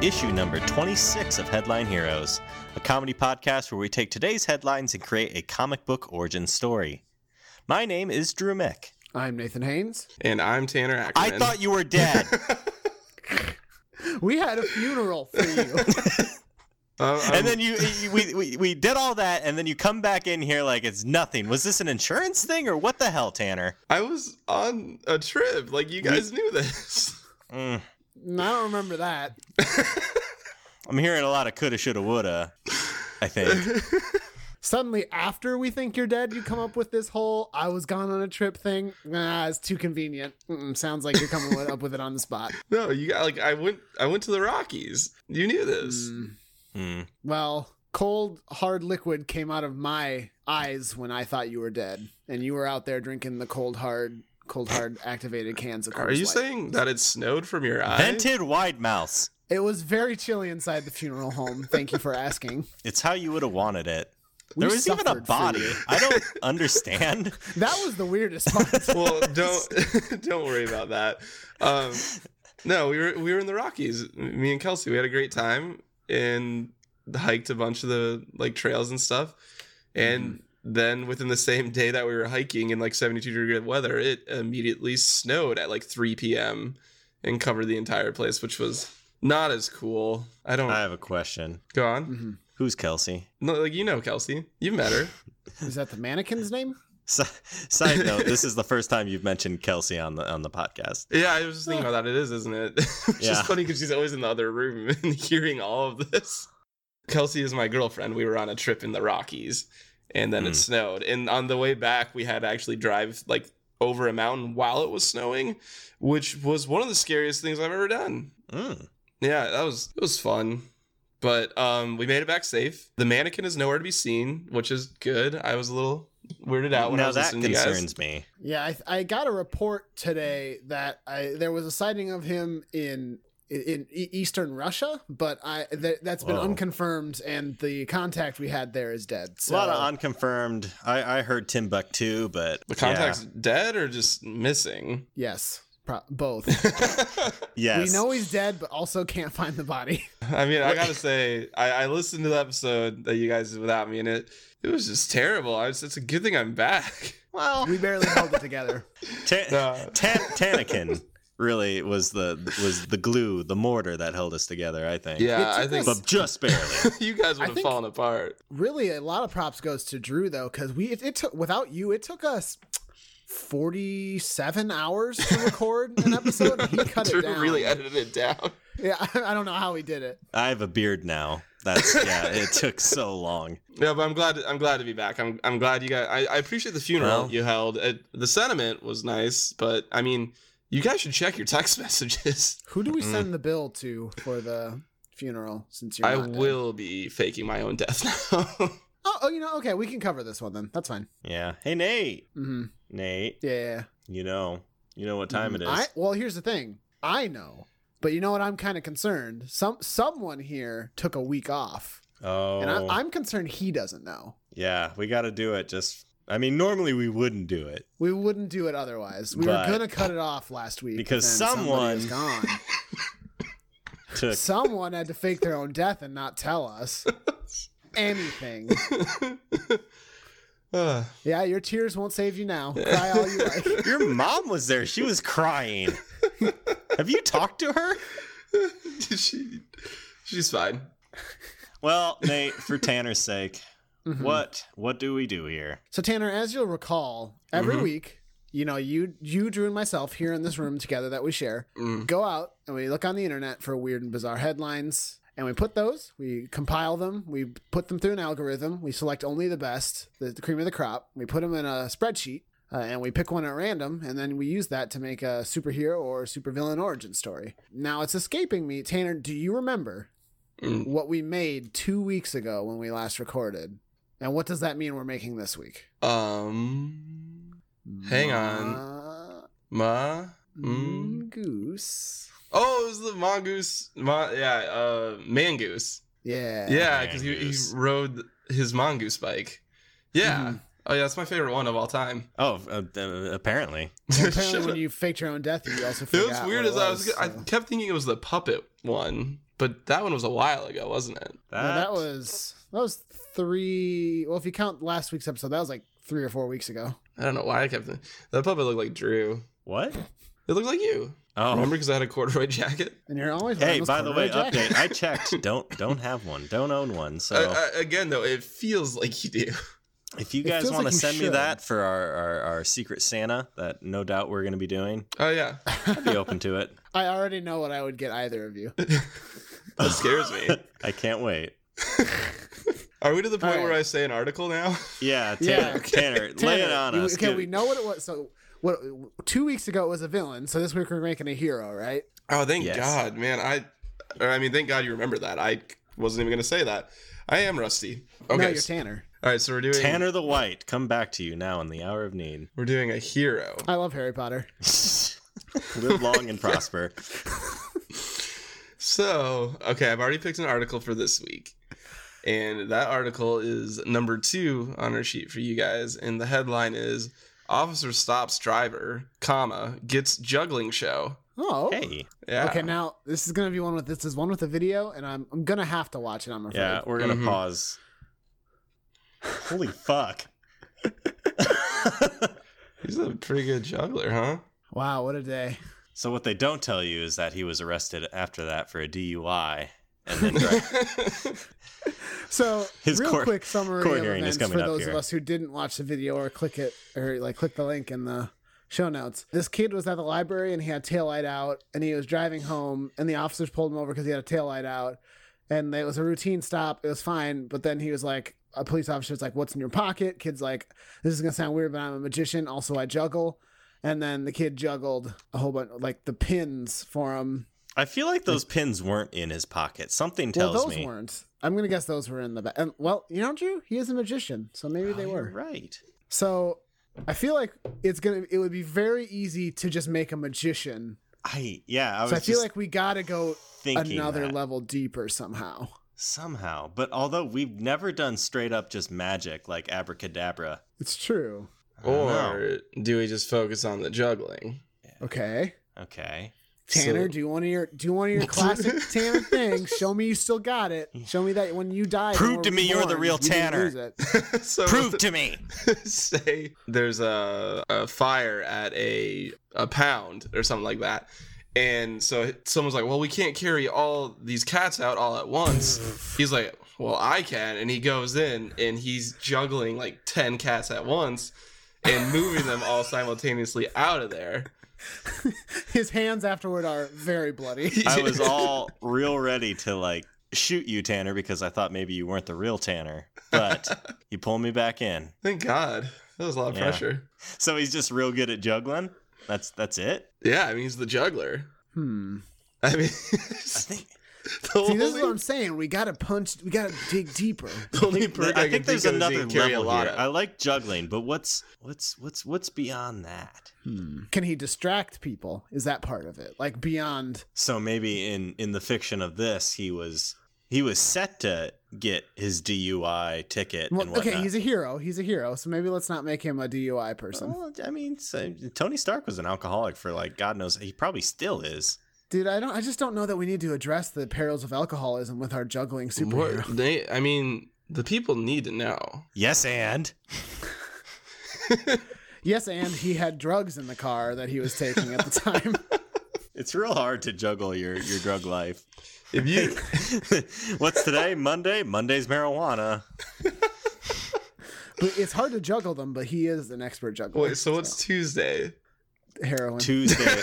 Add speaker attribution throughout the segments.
Speaker 1: issue number 26 of Headline Heroes, a comedy podcast where we take today's headlines and create a comic book origin story. My name is Drew Mick.
Speaker 2: I'm Nathan Haynes.
Speaker 3: And I'm Tanner
Speaker 1: I
Speaker 3: Ackerman.
Speaker 1: thought you were dead.
Speaker 2: We had a funeral for you.
Speaker 3: Uh, I'm-
Speaker 1: and then you, you- we, we, we did all that, and then you come back in here like it's nothing. Was this an insurance thing or what the hell, Tanner?
Speaker 3: I was on a trip. Like you guys knew this.
Speaker 1: Mm,
Speaker 2: And I don't remember that.
Speaker 1: I'm hearing a lot of coulda, shoulda, woulda, I think.
Speaker 2: Suddenly, after we think you're dead, you come up with this whole "I was gone on a trip" thing. Nah, it's too convenient. Mm-mm, sounds like you're coming up with it on the spot.
Speaker 3: No, you got like I went. I went to the Rockies. You knew this.
Speaker 2: Mm.
Speaker 1: Mm.
Speaker 2: Well, cold, hard liquid came out of my eyes when I thought you were dead, and you were out there drinking the cold, hard, cold, hard activated cans of.
Speaker 3: Are
Speaker 2: Coors
Speaker 3: you
Speaker 2: Light.
Speaker 3: saying that it snowed from your eyes?
Speaker 1: Vented wide mouths.
Speaker 2: it was very chilly inside the funeral home? Thank you for asking.
Speaker 1: It's how you would have wanted it.
Speaker 2: We
Speaker 1: there was even a
Speaker 2: suffered for
Speaker 1: body.
Speaker 2: you.
Speaker 1: I don't understand.
Speaker 2: That was the weirdest part.
Speaker 3: well, don't don't worry about that. Um, no, we were we were in the Rockies. Me and Kelsey, we had a great time and hiked a bunch of the like trails and stuff. And then within the same day that we were hiking in like 72 degree weather, it immediately snowed at like 3 p.m. and covered the entire place, which was not as cool. I don't
Speaker 1: I have a question.
Speaker 3: go on.
Speaker 2: Mhm.
Speaker 1: Who's Kelsey?
Speaker 3: No, like you know Kelsey, you've met her.
Speaker 2: Is that the mannequin's name?
Speaker 1: Si- side note: This is the first time you've mentioned Kelsey on the on the podcast.
Speaker 3: Yeah, I was just thinking about that. It is, isn't it? It's
Speaker 1: Yeah.
Speaker 3: just funny because she's always in the other room and hearing all of this. Kelsey is my girlfriend. We were on a trip in the Rockies, and then
Speaker 1: Mm.
Speaker 3: it snowed. And on the way back, we had to actually drive like over a mountain while it was snowing, which was one of the scariest things I've ever done.
Speaker 1: Mm.
Speaker 3: Yeah, that was it was fun. But um, we made it back safe. The mannequin is nowhere to be seen, which is good. I was a little weirded out when I
Speaker 1: Now
Speaker 3: was
Speaker 1: that
Speaker 3: listening to you guys.
Speaker 1: concerns me.
Speaker 2: Yeah, I, I got a report today that I, there was a sighting of him in in e- eastern Russia, but I th- that's been
Speaker 1: Whoa.
Speaker 2: unconfirmed, and the contact we had there is dead.
Speaker 1: a
Speaker 2: So
Speaker 1: lot of unconfirmed. I, I heard Timbuktu, but
Speaker 3: The contact's dead or just missing.
Speaker 2: yes, pro- both.
Speaker 1: yeah. yes,
Speaker 2: We know he's dead, but also can't find the body.
Speaker 3: I mean, I gotta say, I, I listened to the episode that you guys did without me, and it it was just terrible. I was, it's a good thing I'm back.
Speaker 1: well,
Speaker 2: We barely held it together.
Speaker 1: ta-
Speaker 3: No.
Speaker 1: Tan- Tanakin really was the was the glue, the mortar that held us together. I think.
Speaker 3: Yeah,
Speaker 2: It
Speaker 3: I
Speaker 2: took
Speaker 3: think
Speaker 1: but just barely.
Speaker 3: you guys
Speaker 2: I
Speaker 3: would have
Speaker 2: think-
Speaker 3: fallen apart.
Speaker 2: Really, a lot of props goes to Drew though, because we it, it took without you, it took us. 47 hours to record an episode and he cut
Speaker 3: Drew
Speaker 2: it down
Speaker 3: really edited it down.
Speaker 2: yeah I, I don't know how he did it
Speaker 1: I have a beard now. That's yeah. It took so long.
Speaker 3: Yeah, but I'm glad. I'm glad to be back. I'm I'm glad you guys. I, I appreciate the funeral
Speaker 1: Well-
Speaker 3: you held. It, the sentiment was nice, but I mean, you guys should check your text messages.
Speaker 2: Who do we
Speaker 1: Mm.
Speaker 2: send the bill to for the funeral? Since you're,
Speaker 3: I
Speaker 2: not dead?
Speaker 3: will be faking my own death now.
Speaker 2: Oh, oh, you know, okay, we can cover this one then. That's fine.
Speaker 1: Yeah. Hey Nate.
Speaker 2: Mm-hmm.
Speaker 1: Nate.
Speaker 2: Yeah, yeah, yeah.
Speaker 1: You know. You know what time it is.
Speaker 2: Mm, I, well, here's the thing. I know, but you know what? I'm kind of concerned. Some someone here took a week off,
Speaker 1: oh.
Speaker 2: and I, I'm concerned he doesn't know.
Speaker 1: Yeah, we got to do it. Just, I mean, normally we wouldn't do it
Speaker 2: We wouldn't do it otherwise. We
Speaker 1: But-
Speaker 2: were gonna cut it off last week
Speaker 1: Because
Speaker 2: but then somebody was gone.
Speaker 1: to
Speaker 2: someone had to fake their own death and not tell us anything.
Speaker 3: Uh,
Speaker 2: Yeah, your tears won't save you now. Cry all you like.
Speaker 1: Your mom was there. She was crying. Have you talked to her?
Speaker 3: did she? She's fine.
Speaker 1: Well, Nate, for Tanner's sake,
Speaker 2: Mhm.
Speaker 1: what what do we do here?
Speaker 2: So Tanner, as you'll recall, every
Speaker 3: Mhm.
Speaker 2: week, you know, you you Drew and myself here in this room together that we share
Speaker 3: Mm.
Speaker 2: go out and we look on the internet for weird and bizarre headlines. And we put those, we compile them, we put them through an algorithm, we select only the best, the, the cream of the crop, we put them in a spreadsheet, uh, and we pick one at random, and then we use that to make a superhero or supervillain origin story. Now it's escaping me. Tanner, do you remember
Speaker 3: Mm.
Speaker 2: what we made two weeks ago when we last recorded? And what does that mean we're making this week?
Speaker 3: Um, Hang
Speaker 2: on.
Speaker 3: ma. Mm.
Speaker 2: Goose.
Speaker 3: Oh, it was the mongoose. Ma, yeah, uh, mangoose.
Speaker 2: Yeah.
Speaker 3: Yeah, because he, he
Speaker 1: Mongoose.
Speaker 3: rode his mongoose bike. Yeah.
Speaker 2: Mhm.
Speaker 3: Oh, yeah, that's my favorite one of all time.
Speaker 1: Oh, uh, uh, apparently.
Speaker 2: And
Speaker 3: Shut
Speaker 2: apparently,
Speaker 3: up.
Speaker 2: when you faked your own death, you also
Speaker 3: it
Speaker 2: forgot.
Speaker 3: was weird
Speaker 2: what
Speaker 3: as I was. I
Speaker 2: so-
Speaker 3: kept thinking it was the puppet one. But that one was a while ago, wasn't it?
Speaker 2: No, that was that was three. Well, if you count last week's episode, that was like three or four weeks ago.
Speaker 3: I don't know why I kept it. That puppet looked like Drew.
Speaker 1: what?
Speaker 3: It looked like you.
Speaker 1: Oh,
Speaker 3: Remember because I had a corduroy jacket?
Speaker 2: And you're always wearing
Speaker 1: hey.
Speaker 2: those
Speaker 1: By the
Speaker 2: corduroy
Speaker 1: way,
Speaker 2: jackets.
Speaker 1: update. I checked. Don't don't have one. Don't own one. So
Speaker 3: Uh, uh, again, though, it feels like you do.
Speaker 1: if you
Speaker 2: it
Speaker 1: guys
Speaker 2: feels
Speaker 1: want
Speaker 2: like
Speaker 1: to
Speaker 2: you
Speaker 1: send me
Speaker 2: should.
Speaker 1: that for our, our our secret Santa, that no doubt we're going to be doing,
Speaker 3: Oh, yeah.
Speaker 1: I'd be open to it.
Speaker 2: I already know what I would get either of you.
Speaker 3: That scares me.
Speaker 1: I can't wait.
Speaker 3: Are we to the point
Speaker 2: All right.
Speaker 3: where I say an article now?
Speaker 1: Yeah, Tanner,
Speaker 2: Yeah,
Speaker 1: Tanner, lay it
Speaker 2: Tanner,
Speaker 1: on
Speaker 2: you-
Speaker 1: us.
Speaker 2: Okay,
Speaker 1: Give-
Speaker 2: we know what it was. So, what two weeks ago it was a villain. So this week we're making a hero, right?
Speaker 3: Oh, thank
Speaker 1: Yes.
Speaker 3: God, man. I, or, I mean, thank God you remember that. I wasn't even going to say that. I am rusty. Okay.
Speaker 2: No, you're
Speaker 3: so-
Speaker 2: Tanner.
Speaker 3: all right. So we're doing
Speaker 1: Tanner the White, come back to you now in the hour of need.
Speaker 3: We're doing a hero.
Speaker 2: I love Harry Potter.
Speaker 1: Live long and prosper.
Speaker 3: So okay, I've already picked an article for this week, and that article is number two on our sheet for you guys, and the headline is "Officer stops driver, comma gets juggling show."
Speaker 2: Oh,
Speaker 1: Hey,
Speaker 3: Yeah.
Speaker 2: Okay, now this is gonna be one with this is one with a video, and I'm I'm gonna have to watch it. I'm afraid.
Speaker 1: yeah, we're gonna
Speaker 3: Mhm.
Speaker 1: pause. Holy fuck!
Speaker 3: He's a pretty good juggler, huh?
Speaker 2: Wow, what a day.
Speaker 1: so what they don't tell you is that he was arrested after that for a DUI, and then dri-
Speaker 2: So
Speaker 1: His
Speaker 2: real
Speaker 1: court-
Speaker 2: quick summary
Speaker 1: court
Speaker 2: of
Speaker 1: hearing is
Speaker 2: events
Speaker 1: coming
Speaker 2: for
Speaker 1: up
Speaker 2: those
Speaker 1: here.
Speaker 2: of us who didn't watch the video or click it or like click the link in the show notes. This kid was at the library and he had taillight out and he was driving home and the officers pulled him over because he had a taillight out and it was a routine stop. It was fine, but then he was like a police officer was like, What's in your pocket? Kid's like, This is gonna sound weird, but I'm a magician. Also I juggle. And then the kid juggled a whole bunch like the pins for him.
Speaker 1: I feel like those pins weren't in his pocket. Something tells
Speaker 2: well, those
Speaker 1: me
Speaker 2: weren't. I'm gonna guess those were in the back. And, well, you know, Drew, he is a magician, so maybe
Speaker 1: Oh,
Speaker 2: they
Speaker 1: you're
Speaker 2: were.
Speaker 1: right.
Speaker 2: So I feel like it's gonna. It would be very easy to just make a magician.
Speaker 1: I yeah, I was
Speaker 2: so I feel
Speaker 1: just
Speaker 2: like we gotta go
Speaker 1: thinking
Speaker 2: another
Speaker 1: that.
Speaker 2: level deeper somehow.
Speaker 1: somehow. But although we've never done straight up just magic like abracadabra,
Speaker 2: It's true.
Speaker 1: I don't know.
Speaker 3: or do we just focus on the juggling?
Speaker 2: Okay,
Speaker 1: okay,
Speaker 2: Tanner,
Speaker 3: So-
Speaker 2: do you want to your do you want your classic Tanner things? Show me you still got it. Show me that when you die,
Speaker 1: Prove
Speaker 2: or
Speaker 1: to me you're the
Speaker 2: reborn,
Speaker 1: real
Speaker 2: you didn't
Speaker 1: Tanner.
Speaker 2: lose it.
Speaker 3: so
Speaker 1: prove to me.
Speaker 3: say there's a, a fire at a a pound or something like that and so someone's like well we can't carry all these cats out all at once he's like well i can and he goes in and he's juggling like 10 cats at once and moving them all simultaneously out of there
Speaker 2: His hands afterward are very bloody.
Speaker 1: I was all real ready to like shoot you, Tanner, because I thought maybe you weren't the real Tanner, but you pulled me back in.
Speaker 3: thank god that was a lot of
Speaker 1: Yeah.
Speaker 3: pressure
Speaker 1: So he's just real good at juggling. That's that's it.
Speaker 3: yeah i mean he's the juggler
Speaker 2: Hmm.
Speaker 3: i mean
Speaker 1: I think
Speaker 3: the
Speaker 2: See, this is
Speaker 3: only-
Speaker 2: what I'm saying. We gotta punch. We gotta dig deeper.
Speaker 3: the only
Speaker 1: I think,
Speaker 3: perk
Speaker 1: I
Speaker 3: can
Speaker 1: think there's
Speaker 3: think of is he
Speaker 1: another
Speaker 3: can carry a
Speaker 1: level
Speaker 3: lot
Speaker 1: here.
Speaker 3: of-
Speaker 1: I like juggling, but what's what's what's what's beyond that?
Speaker 2: Can he distract people? Is that part of it? Like beyond
Speaker 1: So maybe in in the fiction of this, he was he was set to get his DUI ticket and
Speaker 2: Well,
Speaker 1: whatnot.
Speaker 2: okay, he's a hero. He's a hero. So maybe let's not make him a DUI person.
Speaker 1: Well, I mean, so Tony Stark was an alcoholic for like God knows he probably still is.
Speaker 2: Dude, I don't. I just don't know that we need to address the perils of alcoholism with our juggling superhero.
Speaker 3: What- they i mean the people need to know
Speaker 1: Yes, and
Speaker 2: Yes, and he had drugs in the car that he was taking at the time.
Speaker 1: it's real hard to juggle your your drug life.
Speaker 3: if you
Speaker 1: What's today? Monday. Monday's marijuana.
Speaker 2: but it's hard to juggle them. But he is an expert juggler.
Speaker 3: wait so what's tuesday
Speaker 2: heroin?
Speaker 1: Tuesday.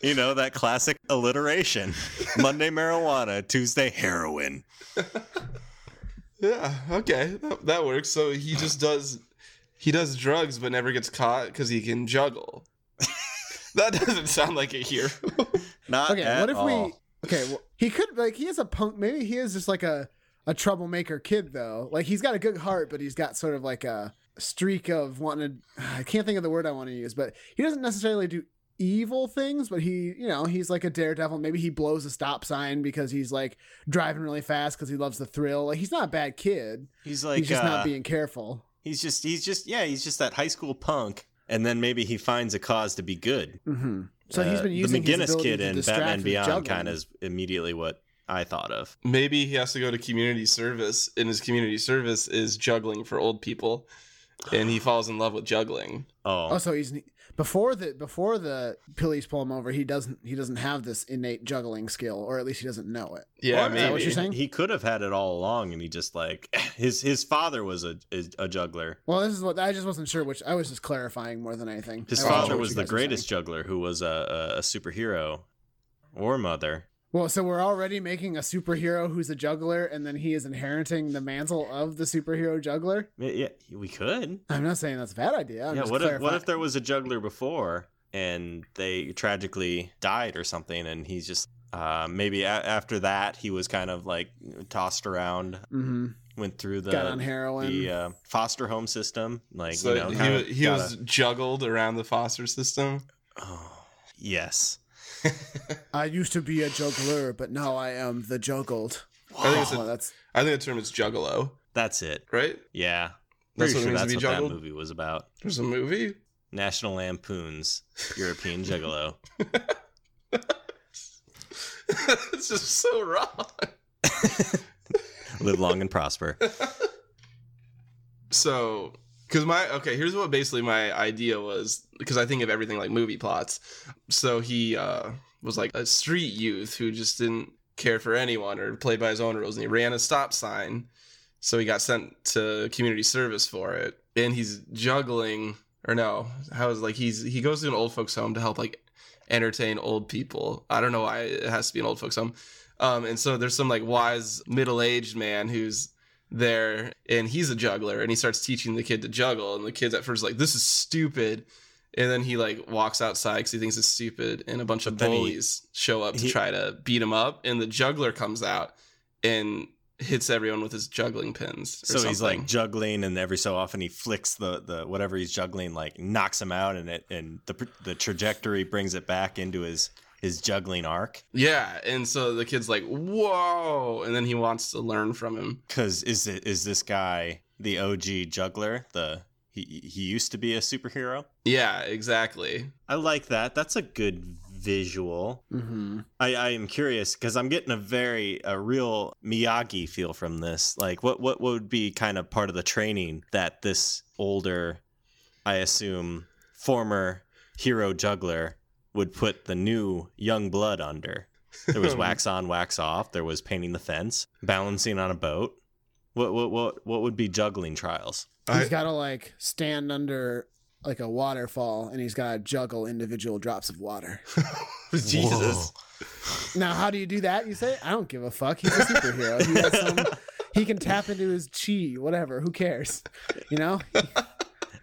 Speaker 1: you know that classic alliteration. Monday marijuana, Tuesday heroin.
Speaker 3: yeah okay that, that works so he just does he does drugs but never gets caught because he can juggle that doesn't sound like a hero
Speaker 1: Not
Speaker 2: okay,
Speaker 1: at
Speaker 2: what if
Speaker 1: all.
Speaker 2: we? Okay, well, he could like he is a punk. Maybe he is just like a a troublemaker kid though. Like he's got a good heart, but he's got sort of like a streak of wanting. To, I can't think of the word I want to use, but he doesn't necessarily do evil things. But he, you know, he's like a daredevil. Maybe he blows a stop sign because he's like driving really fast because he loves the thrill. Like he's not a bad kid.
Speaker 1: He's like
Speaker 2: he's just
Speaker 1: uh,
Speaker 2: not being careful.
Speaker 1: he's just he's just yeah he's just that high school punk and then maybe he finds a cause to be good.
Speaker 2: hmm So he's
Speaker 1: Uh,
Speaker 2: been using
Speaker 1: the
Speaker 2: his
Speaker 1: McGinnis
Speaker 2: ability
Speaker 1: kid
Speaker 2: to
Speaker 1: in
Speaker 2: distract
Speaker 1: Batman
Speaker 2: with
Speaker 1: Beyond
Speaker 2: juggling.
Speaker 1: kind of is immediately what I thought of.
Speaker 3: Maybe he has to go to community service, and his community service is juggling for old people, and he falls in love with juggling.
Speaker 1: Oh,
Speaker 2: Oh, so he's before the before the police pull him over. He doesn't he doesn't have this innate juggling skill, or at least he doesn't know it.
Speaker 3: Yeah,
Speaker 1: Or-
Speaker 2: Is
Speaker 3: maybe.
Speaker 2: that what you're saying?
Speaker 1: he could have had it all along, and he just like his his father was a is a juggler.
Speaker 2: Well, this is what I just wasn't sure. Which I was just clarifying more than anything.
Speaker 1: His
Speaker 3: Oh,
Speaker 2: I wasn't
Speaker 1: father
Speaker 2: sure what
Speaker 1: was
Speaker 2: you
Speaker 1: the
Speaker 2: guys were
Speaker 1: greatest
Speaker 2: saying.
Speaker 1: juggler, who was a, a, a superhero or mother.
Speaker 2: Well, so we're already making a superhero who's a juggler, and then he is inheriting the mantle of the superhero juggler.
Speaker 1: Yeah, yeah, we could.
Speaker 2: I'm not saying that's a bad idea. I'm
Speaker 1: yeah,
Speaker 2: just
Speaker 1: what if what
Speaker 2: clarifying.
Speaker 1: if there was a juggler before and they tragically died or something, and he's just uh, maybe a- after that he was kind of like tossed around,
Speaker 2: Mhm.
Speaker 1: went through the
Speaker 2: got on heroin?
Speaker 1: the uh, foster home system, like
Speaker 3: so
Speaker 1: you know,
Speaker 3: he,
Speaker 1: kinda
Speaker 3: wa- he
Speaker 1: gotta-
Speaker 3: was juggled around the foster system.
Speaker 1: Oh, yes.
Speaker 2: I used to be a juggler, but now I am the juggled.
Speaker 3: I think it's
Speaker 2: Oh,
Speaker 3: a,
Speaker 2: that's
Speaker 3: I think the term is juggalo,
Speaker 1: That's it.
Speaker 3: right?
Speaker 1: Yeah,
Speaker 3: That's
Speaker 1: pretty
Speaker 3: what it
Speaker 1: sure
Speaker 3: means to
Speaker 1: that's
Speaker 3: be
Speaker 1: what
Speaker 3: juggled.
Speaker 1: that movie was about.
Speaker 3: There's a movie.
Speaker 1: National Lampoon's European Juggalo.
Speaker 3: it's just so wrong.
Speaker 1: Live long and prosper.
Speaker 3: So, because my okay, here's what basically my idea was. Because I think of everything like movie plots. So he uh, was like a street youth who just didn't care for anyone or play by his own rules, and he ran a stop sign. So he got sent to community service for it, and he's juggling or no, how is like he's he goes to an old folks home to help like entertain old people. I don't know why it has to be an old folks home. Um, and so there's some like wise middle aged man who's there and he's a juggler and he starts teaching the kid to juggle and the kid's at first like this is stupid and then he like walks outside because he thinks it's stupid and a bunch of
Speaker 1: But then he-
Speaker 3: bullies show up to
Speaker 1: he-
Speaker 3: try to beat him up and the juggler comes out and hits everyone with his juggling pins or
Speaker 1: So he's
Speaker 3: something.
Speaker 1: like juggling, and every so often he flicks the, the whatever he's juggling, like knocks him out, and it and the the trajectory brings it back into his his juggling arc.
Speaker 3: yeah and so the kid's like whoa and then he wants to learn from him
Speaker 1: Because is it is this guy the OG juggler? The he he used to be a superhero.
Speaker 3: yeah exactly
Speaker 1: I like that. That's a good visual.
Speaker 2: hmm
Speaker 1: I, I am curious because I'm getting a very a real Miyagi feel from this. Like, what what would be kind of part of the training that this older, I assume, former hero juggler would put the new young blood under? There was wax on, wax off. There was painting the fence, balancing on a boat. What what what what would be juggling trials?
Speaker 2: He's
Speaker 3: I-
Speaker 2: got to like stand under like a waterfall, and he's got to juggle individual drops of water.
Speaker 1: Jesus.
Speaker 2: Now, how do you do that? You say, I don't give a fuck. He's a superhero. He, has some, he can tap into his chi, whatever. Who cares? You know,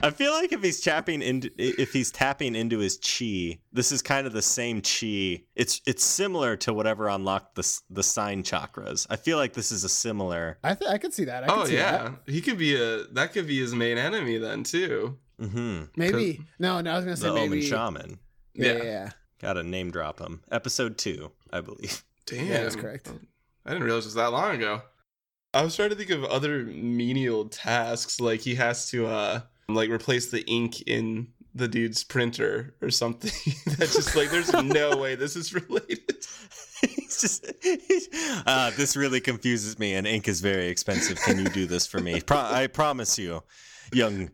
Speaker 1: I feel like if he's tapping into if he's tapping into his chi, this is kind of the same chi. It's it's similar to whatever unlocked the s- the sign chakras. I feel like this is a similar.
Speaker 2: I th- I could see that. I could
Speaker 3: oh
Speaker 2: see
Speaker 3: yeah
Speaker 2: that.
Speaker 3: he could be a that could be his main enemy then too
Speaker 1: hmm
Speaker 2: Maybe no, no. I was gonna say
Speaker 1: The Omen
Speaker 2: maybe.
Speaker 1: Shaman.
Speaker 2: Yeah,
Speaker 3: Yeah.
Speaker 2: yeah, yeah.
Speaker 1: Got to name drop him. Episode two, I believe.
Speaker 3: Damn.
Speaker 2: Yeah, that's correct.
Speaker 3: I didn't realize it was that long ago. I was trying to think of other menial tasks, like he has to uh like replace the ink in the dude's printer or something. That's just like there's no way this is related.
Speaker 1: He's just he's, uh, this really confuses me, and ink is very expensive. Can you do this for me? Pro- I promise you, young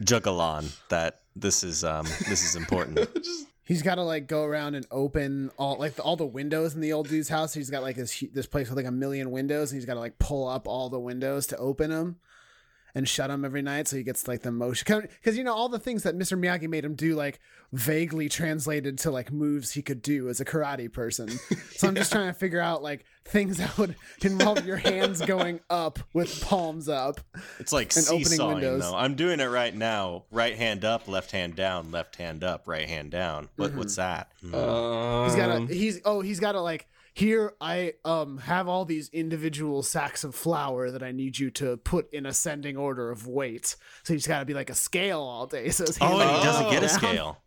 Speaker 1: Juggalon, that this is um this is important.
Speaker 3: Just-
Speaker 2: He's got to like go around and open all like the, all the windows in the old dude's house. He's got like this hu- this place with like a million windows, and he's got to like pull up all the windows to open them and shut them every night, so he gets like the motion. Because you know all the things that Mr. Miyagi made him do, like vaguely translated to like moves he could do as a karate person. So I'm just trying to figure out like things that would involve your hands going up with palms up.
Speaker 1: It's like
Speaker 2: And opening
Speaker 1: seesawing,
Speaker 2: windows.
Speaker 1: though. I'm doing it right now. Right hand up, left hand down, left hand up, right hand down. What,
Speaker 2: Mm-hmm.
Speaker 1: What's that? Mm.
Speaker 2: Oh, He's got to
Speaker 3: Um,
Speaker 2: he's oh he's got to like here I um have all these individual sacks of flour that I need you to put in ascending order of weight. So he's got to be like a scale all day. So his
Speaker 1: oh,
Speaker 2: hands
Speaker 1: and
Speaker 2: are
Speaker 1: he doesn't
Speaker 2: up
Speaker 1: get a
Speaker 2: and down.
Speaker 1: scale.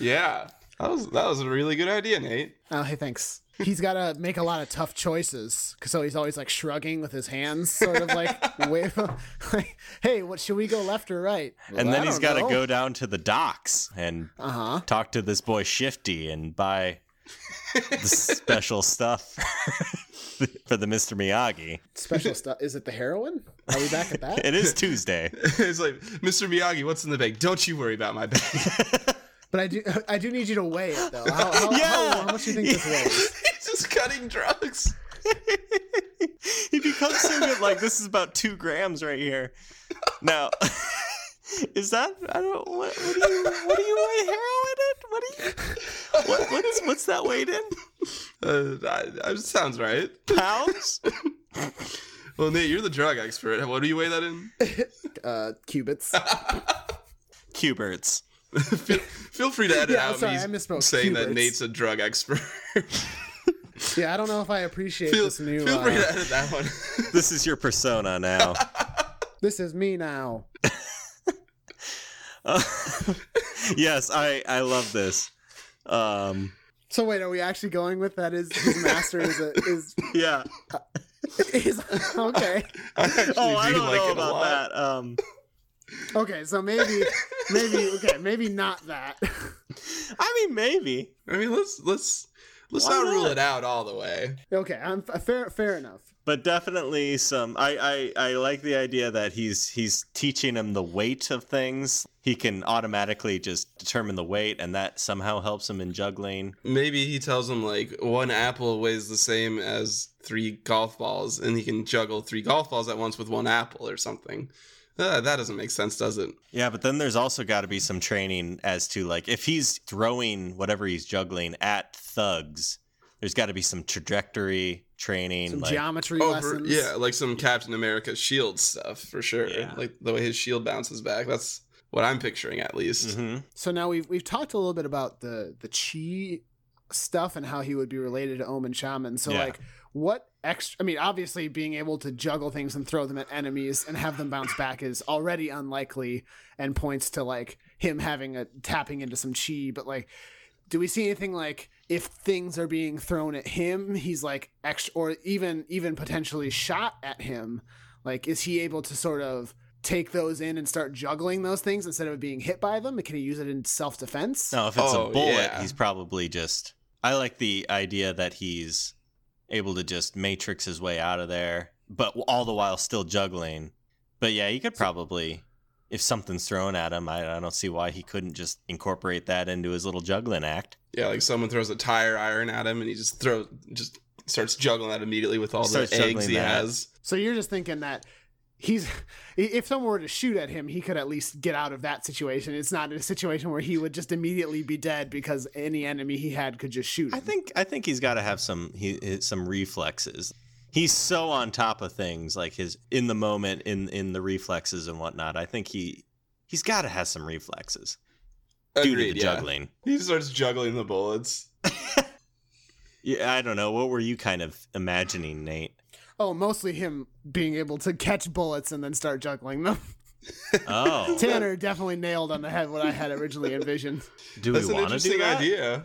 Speaker 3: yeah. That was that was a really good idea, Nate.
Speaker 2: Oh hey thanks. he's got to make a lot of tough choices. So he's always like shrugging with his hands, sort of like, wave, like hey, what should we go left or right?
Speaker 1: and then he's got to go down to the docks and
Speaker 2: Uh huh.
Speaker 1: talk to this boy Shifty and buy the special stuff for the Mr. Miyagi.
Speaker 2: Special stuff. Is it the heroin? Are we back at that?
Speaker 1: It is Tuesday.
Speaker 3: it's like, Mr. Miyagi, what's in the bag? Don't you worry about my bag.
Speaker 2: But I do, I do need you to weigh it though. How, how,
Speaker 1: Yeah.
Speaker 2: how, how much do you think this weighs?
Speaker 3: He's just cutting drugs.
Speaker 1: he becomes so good. Like this is about two grams right here. Now, is that I don't what, what do you what do you weigh heroin in? What do you what what's what's that weighed in
Speaker 3: Uh, that, that sounds right.
Speaker 1: pounds?
Speaker 3: Well, Nate, you're the drug expert. What do you weigh that in?
Speaker 2: Uh, cubits.
Speaker 1: Cuberts.
Speaker 3: feel, feel free to edit
Speaker 2: Yeah, I'm
Speaker 3: out
Speaker 2: sorry,
Speaker 3: me
Speaker 2: I misspoke.
Speaker 3: saying that
Speaker 2: Cubits.
Speaker 3: Nate's a drug expert.
Speaker 2: Yeah, I don't know if I appreciate
Speaker 3: feel,
Speaker 2: this new.
Speaker 3: feel free
Speaker 2: uh,
Speaker 3: to edit that one.
Speaker 1: This is your persona now.
Speaker 2: This is me now.
Speaker 1: Uh, yes, I I love this. Um,
Speaker 2: So wait, are we actually going with that? Is his master is a, is
Speaker 1: yeah.
Speaker 2: is okay?
Speaker 3: I actually
Speaker 1: Oh, I
Speaker 3: do
Speaker 1: don't
Speaker 3: like
Speaker 1: know
Speaker 3: it a
Speaker 1: about
Speaker 3: lot.
Speaker 1: that. Um,
Speaker 2: Okay, so maybe maybe okay, maybe not that.
Speaker 1: I mean, maybe.
Speaker 3: I mean, let's let's let's
Speaker 1: Why
Speaker 3: not, rule
Speaker 1: not?
Speaker 3: it out all the way.
Speaker 2: Okay, I'm fair fair enough.
Speaker 1: but definitely some I, I i like the idea that he's he's teaching him the weight of things he can automatically just determine the weight and that somehow helps him in juggling
Speaker 3: Maybe he tells him like one apple weighs the same as three golf balls, and he can juggle three golf balls at once with one apple or something. Uh, that doesn't make sense, does it?
Speaker 1: yeah but then there's also got to be some training as to like if he's throwing whatever he's juggling at thugs there's got to be some trajectory training
Speaker 2: Some
Speaker 1: like,
Speaker 2: geometry
Speaker 3: Oh, for-
Speaker 2: lessons.
Speaker 3: yeah, like some Captain America shield stuff for sure.
Speaker 1: Yeah.
Speaker 3: Like the way his shield bounces back. That's what I'm picturing at least.
Speaker 1: Mhm.
Speaker 2: So now we've we've talked a little bit about the the chi stuff and how he would be related to Omen Shaman. So
Speaker 1: Yeah.
Speaker 2: like what extra I mean, obviously being able to juggle things and throw them at enemies and have them bounce back is already unlikely and points to like him having a tapping into some chi, but like do we see anything like if things are being thrown at him, he's like extra or even even potentially shot at him? Like is he able to sort of take those in and start juggling those things instead of being hit by them? Can he use it in self defense?
Speaker 1: no if it's
Speaker 3: Oh,
Speaker 1: a bullet
Speaker 3: yeah.
Speaker 1: he's probably just i like the idea that he's able to just matrix his way out of there but all the while still juggling but yeah he could probably if something's thrown at him i, I don't see why he couldn't just incorporate that into his little juggling act
Speaker 3: Yeah, like someone throws a tire iron at him, and he just throws, just starts juggling that immediately with all
Speaker 1: Starts
Speaker 3: the eggs
Speaker 1: juggling
Speaker 3: he
Speaker 1: that.
Speaker 3: has.
Speaker 2: So you're just thinking that he's i- if someone were to shoot at him, he could at least get out of that situation. It's not a situation where he would just immediately be dead because any enemy he had could just shoot. Him.
Speaker 1: i think i think he's got to have some he, he- some reflexes he's so on top of things like his in the moment in in the reflexes and whatnot i think he he's got to have some reflexes due to
Speaker 3: Agreed,
Speaker 1: the
Speaker 3: yeah.
Speaker 1: juggling
Speaker 3: He starts juggling the bullets.
Speaker 1: Yeah, I don't know. What were you kind of imagining, Nate?
Speaker 2: Oh, mostly him being able to catch bullets and then start juggling them.
Speaker 1: Oh,
Speaker 2: Tanner definitely nailed on the head what I had originally envisioned.
Speaker 1: do
Speaker 3: That's
Speaker 1: we
Speaker 3: an
Speaker 1: want to do
Speaker 3: interesting
Speaker 1: that?
Speaker 3: idea.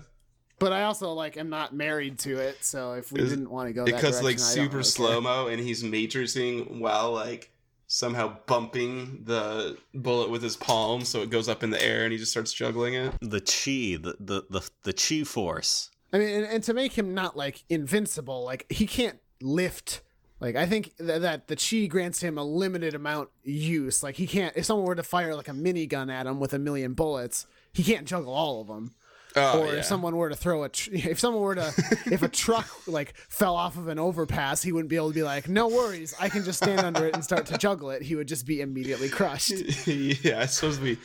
Speaker 2: But I also like am not married to it, so if we
Speaker 3: Is-
Speaker 2: didn't want to go,
Speaker 3: It
Speaker 2: that
Speaker 3: cuts like
Speaker 2: direction, I don't
Speaker 3: super
Speaker 2: really
Speaker 3: slow mo, and he's matrixing while like somehow bumping the bullet with his palm, so it goes up in the air, and he just starts juggling it.
Speaker 1: The chi, the the the, the chi force.
Speaker 2: I mean, and, and to make him not like invincible, like he can't lift. Like I think th- that the chi grants him a limited amount use. Like he can't. If someone were to fire like a minigun at him with a million bullets, he can't juggle all of them.
Speaker 3: Oh,
Speaker 2: or
Speaker 3: yeah.
Speaker 2: if someone were to throw a, tr- if someone were to, if a truck like fell off of an overpass, he wouldn't be able to be like, no worries, I can just stand under it and start to juggle it. He would just be immediately crushed.
Speaker 3: yeah, I suppose we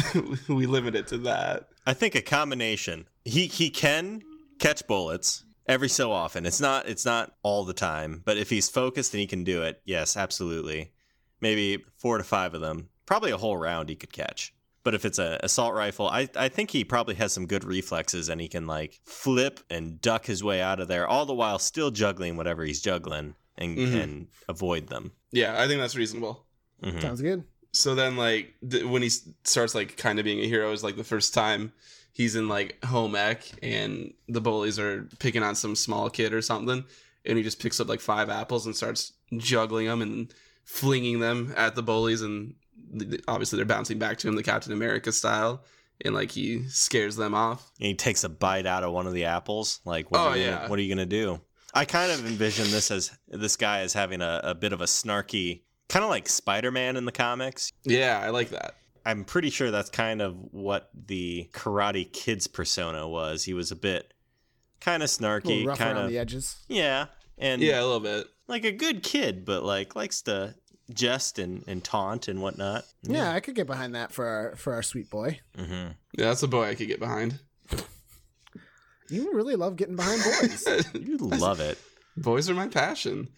Speaker 3: we limit it to that.
Speaker 1: I think a combination. He he can catch bullets every so often. It's not it's not all the time, but if he's focused and he can do it, yes, absolutely. Maybe four to five of them, probably a whole round he could catch. But if it's a assault rifle, I, I think he probably has some good reflexes and he can like flip and duck his way out of there, all the while still juggling whatever he's juggling and
Speaker 3: Mhm.
Speaker 1: and avoid them.
Speaker 3: Yeah, I think that's reasonable.
Speaker 1: Mhm.
Speaker 2: Sounds good.
Speaker 3: so then like th- when he s- starts like kind of being a hero is like the first time he's in like home ec and the bullies are picking on some small kid or something and he just picks up like five apples and starts juggling them and flinging them at the bullies and th- th- obviously they're bouncing back to him the captain america style and like he scares them off
Speaker 1: and he takes a bite out of one of the apples. Like, what,
Speaker 3: Oh,
Speaker 1: are, you
Speaker 3: yeah.
Speaker 1: gonna, what are you gonna do? I kind of envision this as this guy as having a, a bit of a snarky, kind of like Spider-Man in the comics.
Speaker 3: yeah i like that
Speaker 1: I'm pretty sure that's kind of what the Karate Kid's persona was. He was a bit kind of
Speaker 2: A little
Speaker 1: snarky,
Speaker 2: rough
Speaker 1: kind
Speaker 2: around
Speaker 1: of
Speaker 2: the edges.
Speaker 1: yeah, and
Speaker 3: yeah a little bit
Speaker 1: like a good kid, but like likes to jest and, and taunt and whatnot.
Speaker 2: Yeah. I could get behind that for our for our sweet boy.
Speaker 1: hmm
Speaker 3: yeah that's a boy i could get behind
Speaker 2: You really love getting behind boys.
Speaker 1: you love it.
Speaker 3: boys are my passion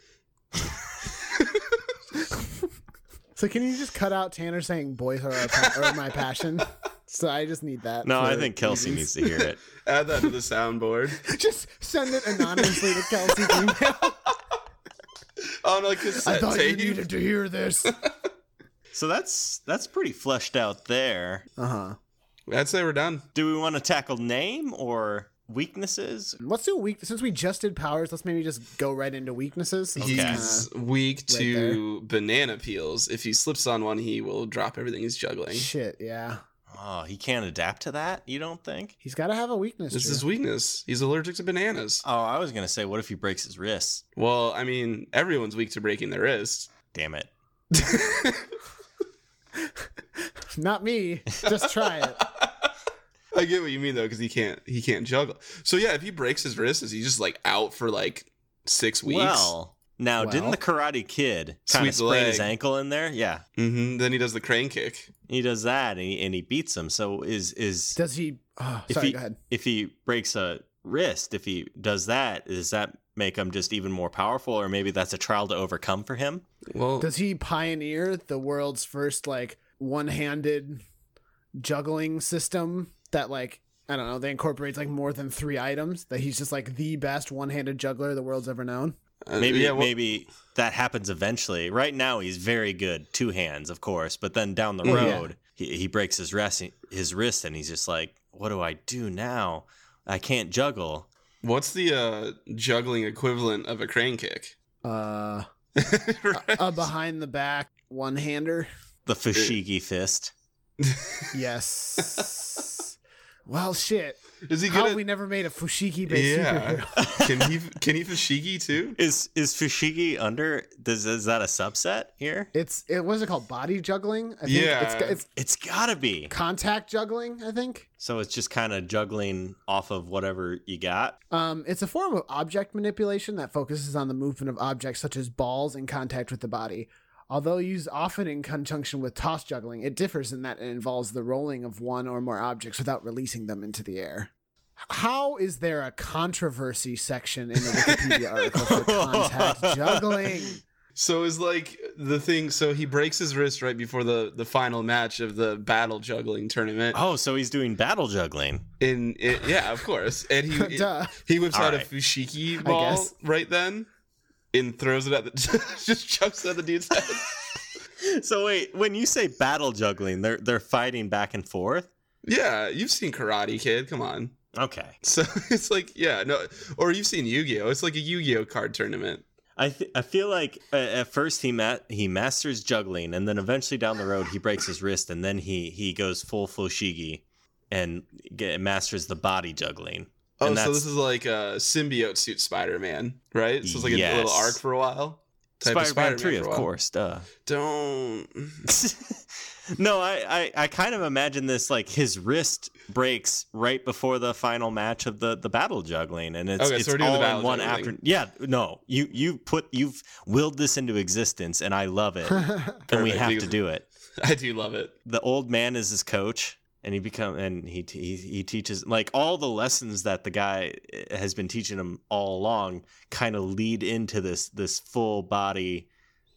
Speaker 2: so can you just cut out Tanner saying boys are, our pa- are my passion? So I just need that.
Speaker 1: No,
Speaker 2: for
Speaker 1: I think Kelsey
Speaker 2: reasons.
Speaker 1: needs to hear it.
Speaker 3: add that to the soundboard
Speaker 2: just send it anonymously to Kelsey's email.
Speaker 3: on a
Speaker 2: I
Speaker 3: cassette
Speaker 2: thought you
Speaker 3: tape.
Speaker 2: needed to hear this. Uh
Speaker 1: So that's that's pretty fleshed out there.
Speaker 2: huh.
Speaker 3: I'd say we're done.
Speaker 1: Do we want to tackle name or weaknesses?
Speaker 2: Let's do weak. Since we just did powers, let's maybe just go right into weaknesses. Let's kinda-
Speaker 3: He's weak
Speaker 2: right
Speaker 3: to banana peels. If he slips on one, he will drop everything he's juggling.
Speaker 2: Shit, yeah.
Speaker 1: Oh, he can't adapt to that. You don't think?
Speaker 2: He's got to have a weakness.
Speaker 3: This
Speaker 2: Drew.
Speaker 3: is weakness. He's allergic to bananas.
Speaker 1: Oh, I was gonna say, what if he breaks his wrists?
Speaker 3: Well, I mean, everyone's weak to breaking their wrist.
Speaker 1: Damn it!
Speaker 2: Not me. Just try it.
Speaker 3: I get what you mean though, because he can't he can't juggle. So yeah, if he breaks his wrist, is he just like out for like six weeks?
Speaker 1: Well, now didn't
Speaker 2: Well.
Speaker 1: the Karate Kid kind
Speaker 3: Sweep
Speaker 1: of
Speaker 3: the
Speaker 1: sprain his
Speaker 3: leg.
Speaker 1: ankle in there? Yeah,
Speaker 3: hmm Then he does the crane kick.
Speaker 1: he does that, and he, and he beats him. So is is
Speaker 2: Does he? Oh,
Speaker 1: If
Speaker 2: sorry,
Speaker 1: he-
Speaker 2: go ahead.
Speaker 1: if he breaks a wrist, if he does that, does that make him just even more powerful, or maybe that's a trial to overcome for him?
Speaker 3: Well,
Speaker 2: Does he pioneer the world's first like one-handed juggling system that like I don't know that incorporates like more than three items? That he's just like the best one-handed juggler the world's ever known.
Speaker 3: uh,
Speaker 1: Maybe
Speaker 3: yeah, well-
Speaker 1: maybe that happens eventually. Right now he's very good, two hands, of course, but then down the
Speaker 3: Yeah.
Speaker 1: road he, he breaks his rest, his wrist and he's just like, "What do I do now? I can't juggle."
Speaker 3: What's the uh, juggling equivalent of a crane kick?
Speaker 2: Uh, a behind the back one-hander.
Speaker 1: The Fushigi fist.
Speaker 2: Yes. well, shit.
Speaker 3: Is he
Speaker 2: How have
Speaker 3: gonna?
Speaker 2: we never made a Fushigi-based
Speaker 3: Yeah.
Speaker 2: superhero?
Speaker 3: can he can he fushigi too?
Speaker 1: Is is Fushigi under does is that a subset here?
Speaker 2: It's it was it called body juggling. I think
Speaker 3: Yeah.
Speaker 2: it's, it's
Speaker 1: It's got to be.
Speaker 2: contact juggling. I think.
Speaker 1: So it's just kind of juggling off of whatever you got.
Speaker 2: Um, it's a form of object manipulation that focuses on the movement of objects such as balls in contact with the body. Although used often in conjunction with toss juggling, it differs in that it involves the rolling of one or more objects without releasing them into the air. How is there a controversy section in the Wikipedia article for contact juggling?
Speaker 3: So is like the thing. So he breaks his wrist right before the the final match of the battle juggling tournament.
Speaker 1: Oh, so he's doing battle juggling.
Speaker 3: And it, yeah, of course. And he
Speaker 2: Duh.
Speaker 3: he whips
Speaker 1: All
Speaker 3: out a
Speaker 1: right.
Speaker 3: fushigi ball
Speaker 2: guess.
Speaker 3: right then, and throws it at the just chucks it at the dude's head.
Speaker 1: So wait, when you say battle juggling, they're they're fighting back and forth?
Speaker 3: yeah, you've seen Karate Kid. Come on.
Speaker 1: Okay.
Speaker 3: So it's like yeah no, or you've seen Yu Gi Oh. It's like a Yu Gi Oh card tournament.
Speaker 1: I th- I feel like uh, at first he ma- he masters juggling, and then eventually down the road he breaks his wrist, and then he he goes full fushigi, and get, masters the body juggling.
Speaker 3: Oh,
Speaker 1: And
Speaker 3: so
Speaker 1: that's-
Speaker 3: this is like a symbiote suit Spider-Man, right? So it's like a little
Speaker 1: Yes.
Speaker 3: arc for a while. Type of
Speaker 1: Spider Man Three,
Speaker 3: for
Speaker 1: of
Speaker 3: a while.
Speaker 1: course. Duh.
Speaker 3: Don't.
Speaker 1: no, I, I I kind of imagine this like his wrist breaks right before the final match of the the battle juggling, and it's
Speaker 3: Okay, so
Speaker 1: it's
Speaker 3: we're doing
Speaker 1: all
Speaker 3: the
Speaker 1: in
Speaker 3: battle
Speaker 1: one
Speaker 3: juggling.
Speaker 1: afternoon. Yeah, no, you you put you've willed this into existence, and I love it, and we
Speaker 3: Perfect,
Speaker 1: have
Speaker 3: because-
Speaker 1: to do it.
Speaker 3: I do love it.
Speaker 1: the old man is his coach and he become and he, he he teaches like all the lessons that the guy eh, has been teaching him all along kind of lead into this this full body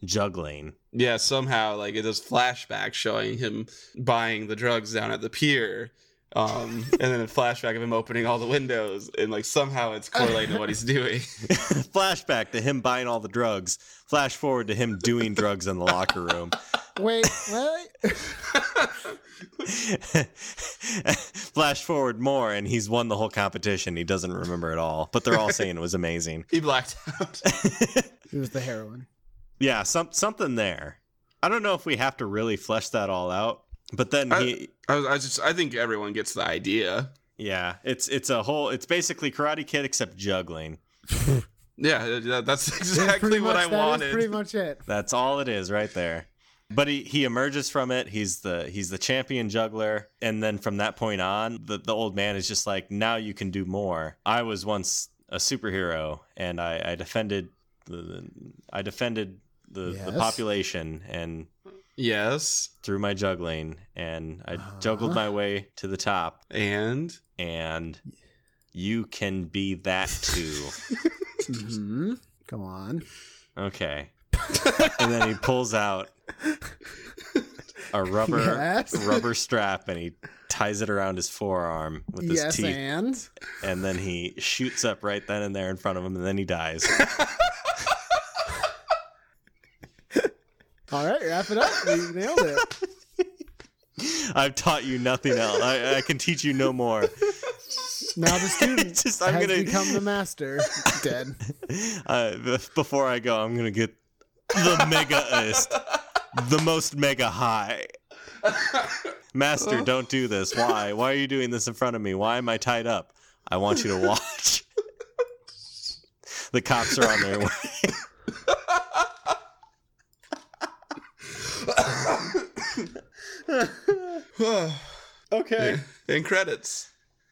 Speaker 1: juggling
Speaker 3: Yeah, somehow like it does flashback showing him buying the drugs down at the pier, um, and then a flashback of him opening all the windows, and like somehow it's correlating to what he's doing.
Speaker 1: flashback to him buying all the drugs flash forward to him doing drugs in the locker room
Speaker 2: Wait, what?
Speaker 1: Flash forward more, and he's won the whole competition. He doesn't remember at all, but they're all saying it was amazing.
Speaker 3: he blacked out.
Speaker 2: It was the heroin.
Speaker 1: yeah, some something there. I don't know if we have to really flesh that all out, but then
Speaker 3: I-
Speaker 1: he,
Speaker 3: I, was, I was just. I think everyone gets the idea.
Speaker 1: yeah, it's it's a whole. It's basically Karate Kid except juggling.
Speaker 3: Yeah, uh, that, that's
Speaker 2: Pretty
Speaker 3: exactly what
Speaker 2: much-
Speaker 3: I
Speaker 2: that is
Speaker 3: wanted.
Speaker 2: pretty much it.
Speaker 1: That's all it is right there. But he, he emerges from it. He's the he's the champion juggler, and then from that point on, the the old man is just like, now you can do more. I was once a superhero, and I, I defended the I defended the, the
Speaker 2: Yes.
Speaker 1: population, and
Speaker 3: yes,
Speaker 1: through my juggling, and I
Speaker 2: Uh-huh.
Speaker 1: juggled my way to the top.
Speaker 3: and
Speaker 1: And you can be that too.
Speaker 2: hmm Come on.
Speaker 1: okay. and then he pulls out a rubber
Speaker 2: Yes.
Speaker 1: rubber strap and he ties it around his forearm with his
Speaker 2: Yes,
Speaker 1: teeth
Speaker 2: and
Speaker 1: and then he shoots up right then and there in front of him and then he dies.
Speaker 2: all right, wrap it up. You nailed it.
Speaker 1: I've taught you nothing else. I, I can teach you no more.
Speaker 2: Now the student
Speaker 1: It's just I'm
Speaker 2: has
Speaker 1: gonna
Speaker 2: become the master. Dead.
Speaker 1: uh, b- before I go, I'm gonna get the megaist, the most mega high. Master, don't do this. Why? Why are you doing this in front of me? Why am I tied up? I want you to watch. the cops are on their way.
Speaker 3: okay. And credits.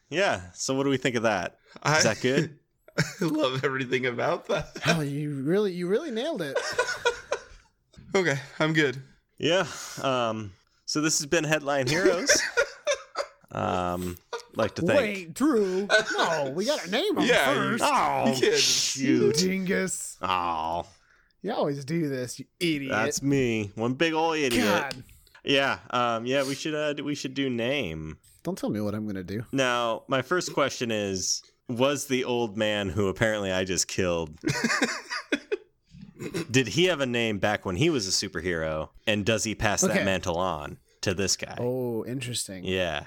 Speaker 1: Yeah. So, what do we think of that?
Speaker 3: I,
Speaker 1: Is that good?
Speaker 3: I love everything about that.
Speaker 2: Oh, you really, you really nailed it.
Speaker 3: Okay, I'm good.
Speaker 1: Yeah. Um. So this has been Headline Heroes. Um. Like to thank.
Speaker 2: Wait, Drew. No, we got a name on
Speaker 3: Yeah, you-
Speaker 2: first.
Speaker 1: Oh
Speaker 3: You kid.
Speaker 1: shoot.
Speaker 2: Dingus.
Speaker 1: Oh,
Speaker 2: You always do this, you idiot.
Speaker 1: that's me. One big old idiot.
Speaker 2: God.
Speaker 1: Yeah, um, yeah, we should uh, we should do name.
Speaker 2: Don't tell me what I'm going to do.
Speaker 1: Now, my first question is: Was the old man who apparently I just killed? did he have a name back when he was a superhero? And does he pass
Speaker 2: Okay.
Speaker 1: that mantle on to this guy?
Speaker 2: Oh, interesting.
Speaker 1: Yeah,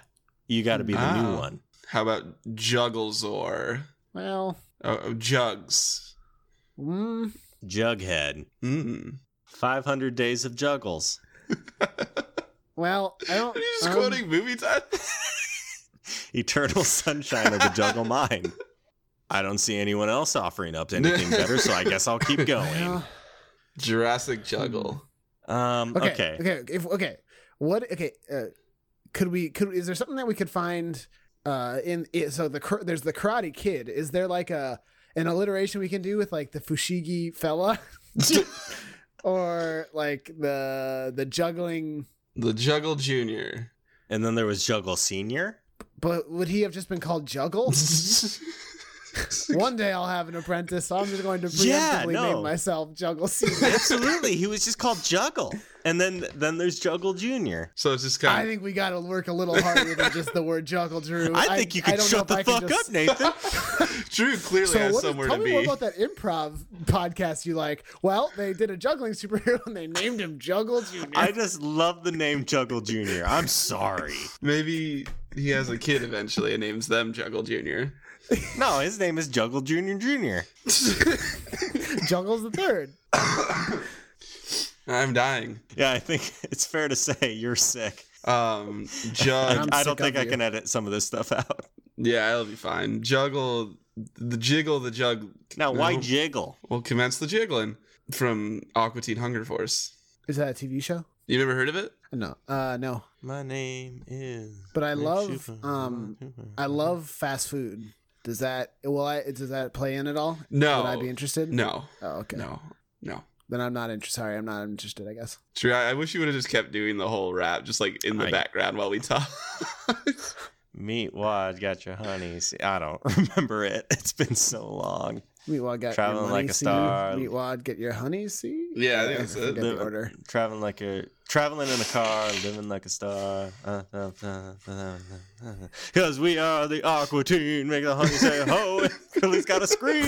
Speaker 1: you got to be the new
Speaker 3: Ah.
Speaker 1: one.
Speaker 3: How about Juggles or
Speaker 2: Well,
Speaker 3: oh, oh, Jugs?
Speaker 2: mm,
Speaker 1: Jughead,
Speaker 3: Mm.
Speaker 1: five hundred days of juggles.
Speaker 2: well, I don't.
Speaker 3: Are you just
Speaker 2: um,
Speaker 3: quoting movie titles?
Speaker 1: Eternal Sunshine of the Juggle Mind. I don't see anyone else offering up anything better, so I guess I'll keep going.
Speaker 2: well,
Speaker 3: Jurassic Juggle.
Speaker 1: Um,
Speaker 2: okay,
Speaker 1: okay.
Speaker 2: okay, okay. If, okay, what? Okay, uh, could we? Could is there something that we could find? Uh, in it, so the kar- there's the Karate Kid. Is there like a an alliteration we can do with like the Fushigi fella,
Speaker 3: Mm.
Speaker 2: or like the the juggling?
Speaker 3: The Juggle Junior.
Speaker 1: And then there was Juggle Senior.
Speaker 2: But would he have just been called Juggle? One day I'll have an apprentice, so I'm just going to preemptively
Speaker 1: Yeah, no.
Speaker 2: name myself Juggle Senior.
Speaker 1: Absolutely, he was just called Juggle. And then then there's Juggle Junior.
Speaker 3: so it's just
Speaker 2: I
Speaker 3: kind of.
Speaker 2: think we got to work a little harder than just the word Juggle, Drew.
Speaker 1: I think you
Speaker 2: I
Speaker 1: can
Speaker 2: don't know
Speaker 1: shut
Speaker 2: if
Speaker 1: the
Speaker 2: I can
Speaker 1: fuck
Speaker 2: just-
Speaker 1: up, Nathan.
Speaker 3: Drew clearly
Speaker 2: So
Speaker 3: has
Speaker 2: what,
Speaker 3: somewhere
Speaker 2: tell
Speaker 3: to
Speaker 2: me
Speaker 3: be.
Speaker 2: more about that improv podcast you like. Well, they did a juggling superhero and they named him Juggle Jr.
Speaker 1: I just love the name Juggle Junior. I'm sorry.
Speaker 3: Maybe he has a kid eventually and names them Juggle Junior.
Speaker 1: No, his name is Juggle Junior Junior.
Speaker 2: Juggles the third.
Speaker 3: I'm dying.
Speaker 1: Yeah, I think it's fair to say you're sick.
Speaker 3: Um,
Speaker 1: I,
Speaker 3: jug.
Speaker 2: I'm
Speaker 1: I don't
Speaker 2: sick
Speaker 1: think
Speaker 2: of
Speaker 1: I
Speaker 2: you.
Speaker 1: can edit some of this stuff out.
Speaker 3: Yeah, it'll be fine. Juggle the jiggle, the jug.
Speaker 1: Now, why
Speaker 3: No.
Speaker 1: jiggle?
Speaker 3: We'll commence the jiggling from Aqua Teen Hunger Force.
Speaker 2: Is that a TV show?
Speaker 3: You never heard of it?
Speaker 2: No, uh, no.
Speaker 1: My name is.
Speaker 2: But I
Speaker 1: Nick
Speaker 2: love,
Speaker 1: Schufer.
Speaker 2: um, I love fast food. Does that will I? Does that play in at all?
Speaker 3: No.
Speaker 2: Would I be interested?
Speaker 3: No.
Speaker 2: Oh, okay.
Speaker 3: No. No.
Speaker 2: Then I'm not interested. Sorry, I'm not interested. I guess.
Speaker 3: True. I, I wish you would have just kept doing the whole rap, just like in the
Speaker 1: I-
Speaker 3: background while we talk.
Speaker 1: Meat wad, got your honey. See, I don't remember it. It's been so long.
Speaker 2: Meatwad got
Speaker 1: Traveling
Speaker 2: your money,
Speaker 1: like a
Speaker 2: see?
Speaker 1: star.
Speaker 2: Meatwad get your honey, see?
Speaker 3: Yeah, I think that's it.
Speaker 2: forget the
Speaker 1: The-
Speaker 2: order.
Speaker 1: Traveling like a traveling in a car, living like a star. Because we are the Aqua Teen, make the honey say ho. Curly's got to scream.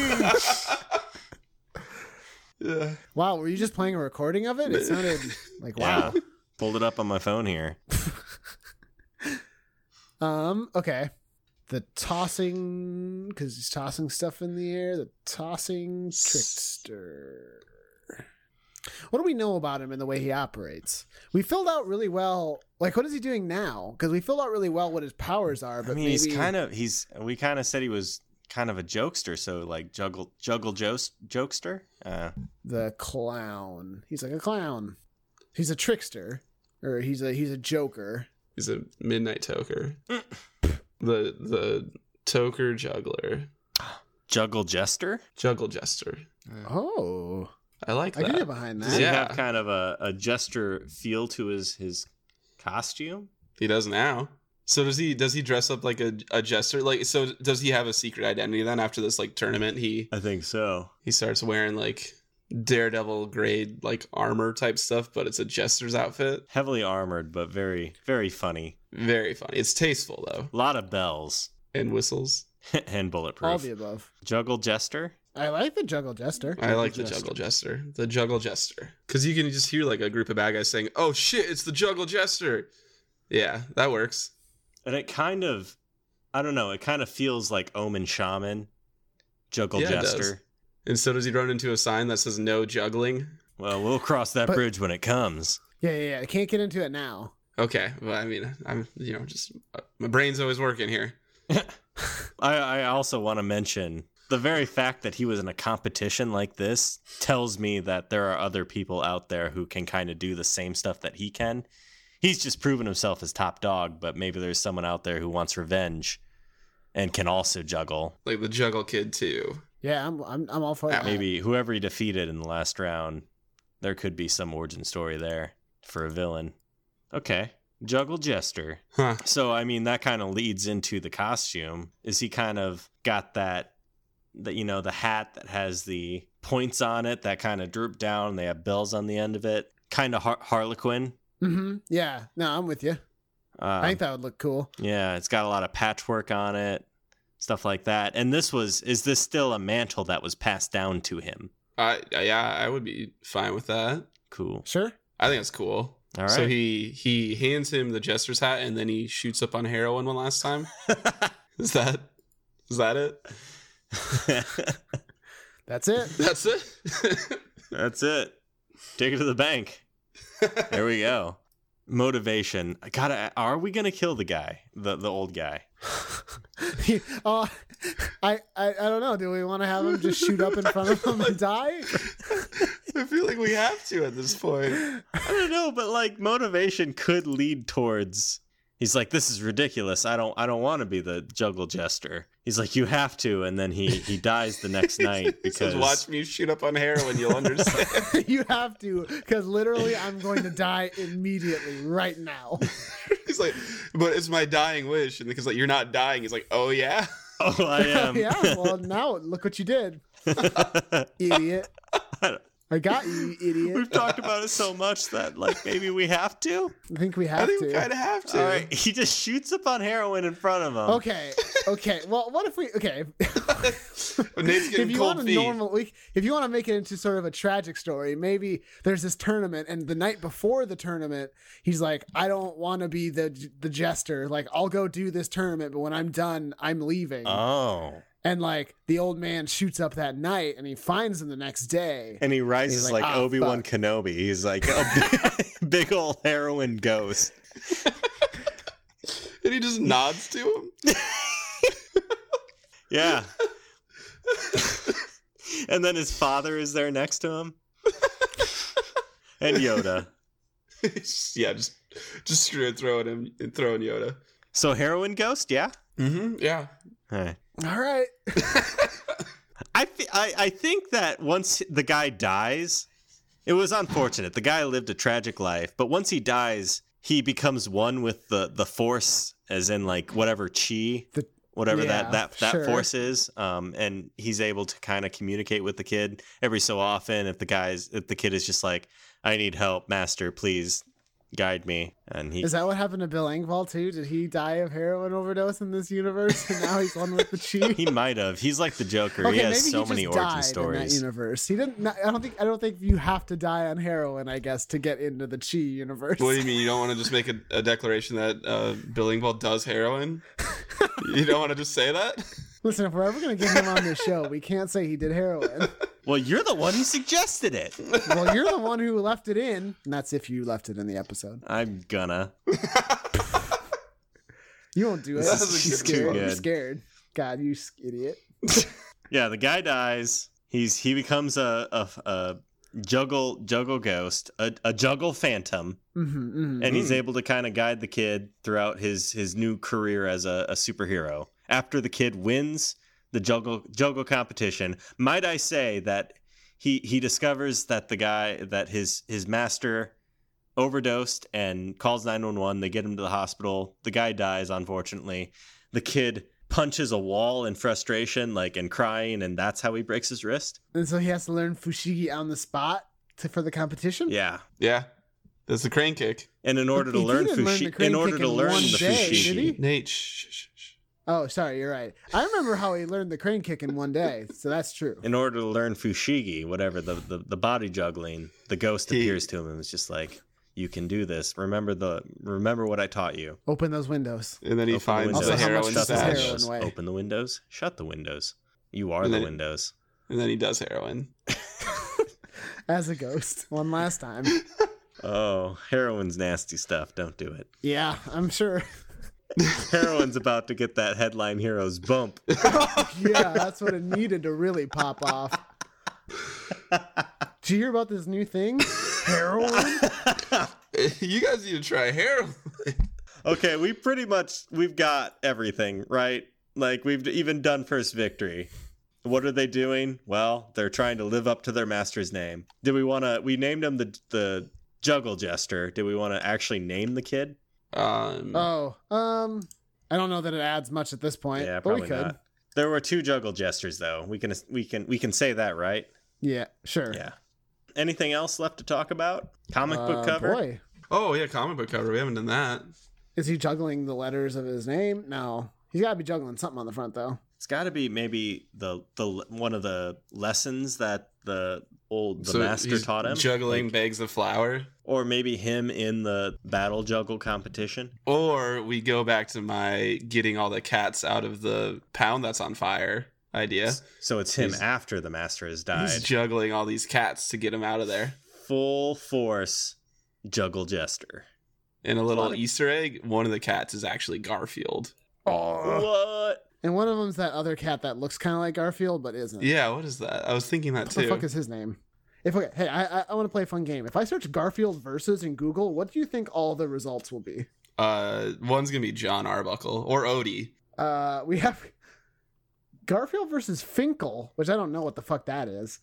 Speaker 3: yeah.
Speaker 2: Wow, were you just playing a recording of it? It sounded like wow.
Speaker 1: Pulled it up on my phone here.
Speaker 2: Um. Okay. The tossing, because he's tossing stuff in the air. The tossing trickster. What do we know about him and the way he operates? We filled out really well. Like, what is he doing now? Because we filled out really well what his powers are.
Speaker 1: I
Speaker 2: But
Speaker 1: mean,
Speaker 2: maybe
Speaker 1: he's kind of he's. We kind of said he was kind of a jokester, so like juggle juggle jokes, jokester. Uh,
Speaker 2: the clown. He's like a clown. He's a trickster, or he's a he's a joker.
Speaker 3: He's a midnight toker. the the toker juggler,
Speaker 1: juggle jester.
Speaker 3: juggle jester.
Speaker 2: Oh,
Speaker 3: I like
Speaker 2: I can get
Speaker 3: that.
Speaker 2: behind
Speaker 1: Does
Speaker 2: that.
Speaker 1: he
Speaker 3: Yeah.
Speaker 1: have kind of a, a jester feel to his his costume?
Speaker 3: He does now. So does he? Does he dress up like a, a jester? Like so? Does he have a secret identity then? After this like tournament, he
Speaker 1: I think so.
Speaker 3: he starts wearing like daredevil grade like armor type stuff, but it's a jester's outfit.
Speaker 1: Heavily armored, but very very funny.
Speaker 3: Very funny. It's tasteful though,
Speaker 1: A lot of bells
Speaker 3: and whistles.
Speaker 1: and bulletproof.
Speaker 2: All the above.
Speaker 1: Juggle jester.
Speaker 2: I like the juggle jester.
Speaker 3: I like the
Speaker 1: Jester.
Speaker 3: juggle jester. The juggle jester. Because you can just hear like a group of bad guys saying, oh shit, it's the juggle jester. Yeah, that works.
Speaker 1: And it kind of, I don't know, it kind of feels like Omen Shaman, Juggle
Speaker 3: Yeah, it does.
Speaker 1: Jester.
Speaker 3: And so does he run into a sign that says no juggling?
Speaker 1: Well, we'll cross that
Speaker 2: But-
Speaker 1: bridge when it comes.
Speaker 2: Yeah, yeah, yeah. I can't get into it now.
Speaker 3: Okay, well, I mean, I'm, you know, just uh, my brain's always working here.
Speaker 1: I, I also want to mention the very fact that he was in a competition like this tells me that there are other people out there who can kind of do the same stuff that he can. He's just proven himself as top dog, but maybe there's someone out there who wants revenge and can also juggle.
Speaker 3: Like the juggle kid, too.
Speaker 2: Yeah, I'm I'm, I'm all for that.
Speaker 1: Maybe whoever he defeated in the last round, there could be some origin story there for a villain. Okay. Juggle Jester.
Speaker 3: Huh.
Speaker 1: So I mean that kind of leads into the costume. Is he kind of got that that you know the hat that has the points on it that kind of droop down and they have bells on the end of it? Kind of har- harlequin.
Speaker 2: hmm Yeah. No, I'm with you.
Speaker 1: Um,
Speaker 2: I think that would look cool.
Speaker 1: yeah, it's got a lot of patchwork on it, stuff like that. And this was is this still a mantle that was passed down to him?
Speaker 3: I, I- yeah, I would be fine with that.
Speaker 1: Cool.
Speaker 2: Sure.
Speaker 3: I think it's cool.
Speaker 1: All right.
Speaker 3: So he he hands him the jester's hat, and then he shoots up on heroin one last time. Is that is that it?
Speaker 2: That's it.
Speaker 3: That's it.
Speaker 1: That's it. Take it to the bank. There we go. Motivation. I gotta. Are we gonna kill the guy? The the old guy.
Speaker 2: oh, I, I I don't know. Do we want to have him just shoot up in front of him and die?
Speaker 3: I feel like we have to at this point.
Speaker 1: I don't know, but like motivation could lead towards. He's like, this is ridiculous. I don't. I don't want to be the juggle jester. He's like, you have to, and then he he dies the next night
Speaker 3: He
Speaker 1: because
Speaker 3: says, "Watch me shoot up on heroin. You'll understand."
Speaker 2: you have to, because literally, I'm going to die immediately right now.
Speaker 3: he's like, "But it's my dying wish," and because like you're not dying, he's like, "Oh yeah."
Speaker 1: oh, I am.
Speaker 2: yeah. Well, now look what you did, idiot. I got you, you idiot.
Speaker 1: We've talked about it so much that like maybe we have to.
Speaker 2: I think we
Speaker 3: I
Speaker 2: have
Speaker 3: think we
Speaker 2: to.
Speaker 3: kind of have to.
Speaker 1: All right. He just shoots up on heroin in front of him.
Speaker 2: Okay. Okay. Well, what if we? Okay.
Speaker 3: Nate's
Speaker 2: if
Speaker 3: getting
Speaker 2: you
Speaker 3: cold
Speaker 2: want a
Speaker 3: feet.
Speaker 2: normal, we- if you want to make it into sort of a tragic story, maybe there's this tournament, and the night before the tournament, he's like, "I don't want to be the the jester. Like, I'll go do this tournament, but when I'm done, I'm leaving."
Speaker 3: Uh-huh.
Speaker 1: Oh.
Speaker 2: and like the old man shoots up that night, and he finds him the next day.
Speaker 1: And he rises
Speaker 2: He's
Speaker 1: like,
Speaker 2: like, "Ah,
Speaker 1: Obi Wan Kenobi. He's like a big, big old heroin ghost.
Speaker 3: and he just nods to him.
Speaker 1: Yeah. and then his father is there next to him. and Yoda.
Speaker 3: He's just- yeah, just just straight throwing him and throwing Yoda.
Speaker 1: So heroin ghost, yeah?
Speaker 3: Mm-hmm. Yeah.
Speaker 1: Alright.
Speaker 2: All right.
Speaker 1: I, fe- I, I think that once the guy dies, it was unfortunate. The guy lived a tragic life, but once he dies, he becomes one with the, the force, as in like whatever chi,
Speaker 2: The-
Speaker 1: whatever
Speaker 2: yeah,
Speaker 1: that that, that
Speaker 2: sure.
Speaker 1: force is. Um, and he's able to kind of communicate with the kid every so often. If the guy's if the kid is just like, I need help, master, please guide me. And he
Speaker 2: Is that what happened to Bill Engvall too? Did he die of heroin overdose in this universe, and now he's one with the chief?
Speaker 1: he might have. He's like the Joker. he has so many origin stories.
Speaker 2: In that universe, he didn't. I don't think. I don't think you have to die on heroin. I guess to get into the Chi universe.
Speaker 3: What do you mean? You don't want to just make a, a declaration that uh, Bill Engvall does heroin? you don't want to just say that?
Speaker 2: Listen, if we're ever gonna get him on this show, we can't say he did heroin.
Speaker 1: Well, you're the one who suggested it.
Speaker 2: Well, you're the one who left it in, and that's if you left it in the episode.
Speaker 1: I'm gonna.
Speaker 2: You won't do it.
Speaker 3: This is a
Speaker 2: You're
Speaker 3: good
Speaker 2: scared.
Speaker 3: one.
Speaker 2: You're
Speaker 1: Good.
Speaker 2: scared. God, you s- idiot.
Speaker 1: Yeah, the guy dies. He's he becomes a a, a juggle juggle ghost, a, a juggle phantom,
Speaker 2: Mm-hmm, mm-hmm.
Speaker 1: and he's
Speaker 3: Mhm.
Speaker 1: able to kind of guide the kid throughout his his new career as a, a superhero. After the kid wins the juggle juggle competition, might I say that he he discovers that the guy that his his master overdosed and calls 911 they get him to the hospital the guy dies unfortunately the kid punches a wall in frustration like and crying and that's how he breaks his wrist
Speaker 2: and so he has to learn Fushigi on the spot to, for the competition.
Speaker 1: yeah
Speaker 3: Yeah, that's the crane kick.
Speaker 1: and in order to
Speaker 2: He
Speaker 1: learn
Speaker 2: didn't learn the
Speaker 1: fushi-
Speaker 2: crane
Speaker 1: in order
Speaker 2: kick
Speaker 1: to
Speaker 2: in
Speaker 1: learn
Speaker 2: one
Speaker 1: the
Speaker 2: day, did
Speaker 1: fushigi
Speaker 2: he?
Speaker 3: Nate, shh, shh, shh.
Speaker 2: Oh, sorry, you're right. I remember how he learned the crane kick in one day, so that's true.
Speaker 1: in order to learn fushigi, whatever the the, the body juggling, the ghost
Speaker 3: He-
Speaker 1: appears to him and is just like, "You can do this. Remember the remember what I taught you."
Speaker 2: Open those windows.
Speaker 3: And then he
Speaker 1: Open
Speaker 3: finds
Speaker 2: windows.
Speaker 3: the
Speaker 2: Also, how much
Speaker 3: heroin
Speaker 1: shut
Speaker 2: does
Speaker 1: the
Speaker 2: his
Speaker 3: stash,
Speaker 2: heroin
Speaker 1: windows.
Speaker 2: way?
Speaker 1: Open the windows. Shut the windows. You are
Speaker 3: And
Speaker 1: the
Speaker 3: then-
Speaker 1: windows.
Speaker 3: and then he does heroin.
Speaker 2: As a ghost, one last time.
Speaker 1: Oh, heroin's nasty stuff. Don't do it.
Speaker 2: Yeah, I'm sure.
Speaker 1: Heroin's about to get that headline heroes bump.
Speaker 2: Yeah, that's what it needed to really pop off. Did you hear about this new thing? Heroin?
Speaker 3: you guys need to try heroin.
Speaker 1: Okay, we pretty much we've got everything right. Like we've even done first victory. What are they doing? Well, they're trying to live up to their master's name. Did we want to? We named him the the juggle jester. Did we want to actually name the kid?
Speaker 3: Um,
Speaker 2: Oh, um, I don't know that it adds much at this point.
Speaker 1: yeah,
Speaker 2: but
Speaker 1: probably
Speaker 2: we could.
Speaker 1: not. There were two juggle jesters though. We can we can we can say that, right?
Speaker 2: Yeah, sure.
Speaker 1: Yeah. Anything else left to talk about? Comic
Speaker 2: Uh,
Speaker 1: book cover.
Speaker 2: Boy,
Speaker 3: oh yeah, comic book cover. We haven't done that.
Speaker 2: is he juggling the letters of his name? No, he's got to be juggling something on the front though.
Speaker 1: It's got to be maybe the the one of the lessons that the old the
Speaker 3: So
Speaker 1: master
Speaker 3: he's
Speaker 1: taught him.
Speaker 3: juggling
Speaker 1: Like,
Speaker 3: bags of flour.
Speaker 1: or maybe him in the battle juggle competition.
Speaker 3: Or we go back to my getting all the cats out of the pound that's on fire idea.
Speaker 1: So it's him
Speaker 3: He's-
Speaker 1: after the master has
Speaker 3: He's
Speaker 1: died.
Speaker 3: juggling all these cats to get them out of there.
Speaker 1: Full force juggle jester.
Speaker 3: And a little
Speaker 1: Lot of-
Speaker 3: Easter egg, one of the cats is actually Garfield.
Speaker 1: What?
Speaker 2: And one of them's that other cat that looks kind of like Garfield but isn't.
Speaker 3: Yeah, what is that? I was thinking that
Speaker 2: what the
Speaker 3: too.
Speaker 2: fuck is his name? If okay, hey, I I, I want to play a fun game. If I search Garfield versus in Google, what do you think all the results will be?
Speaker 3: uh, one's gonna be John Arbuckle or Odie.
Speaker 2: Uh, we have Garfield versus Finkel, which I don't know what the fuck that is,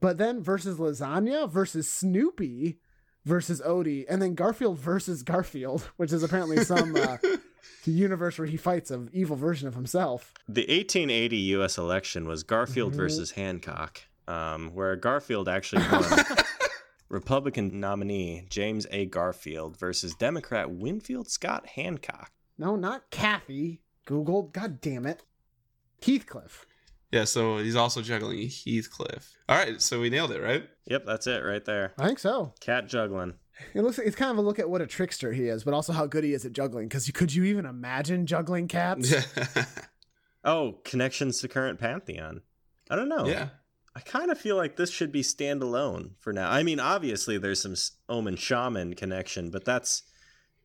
Speaker 2: but then versus Lasagna versus Snoopy versus Odie, and then Garfield versus Garfield, which is apparently some uh, universe where he fights an evil version of himself.
Speaker 1: The 1880 U.S. election was Garfield
Speaker 2: Mhm.
Speaker 1: versus Hancock, um, where Garfield actually won. Republican nominee James A. Garfield versus Democrat Winfield Scott Hancock.
Speaker 2: No, not Kathy. Google, god damn it, Heathcliff.
Speaker 3: yeah, so he's also juggling Heathcliff. All right, so we nailed it, right?
Speaker 1: Yep, that's it right there.
Speaker 2: I think so.
Speaker 1: Cat juggling.
Speaker 2: It looks. It's kind of a look at what a trickster he is, but also how good he is at juggling. Because could you even imagine juggling cats?
Speaker 3: Yeah.
Speaker 1: Oh, connections to current pantheon. I don't know.
Speaker 3: yeah.
Speaker 1: I kind of feel like this should be standalone for now. I mean, obviously there's some s- omen shaman connection, but that's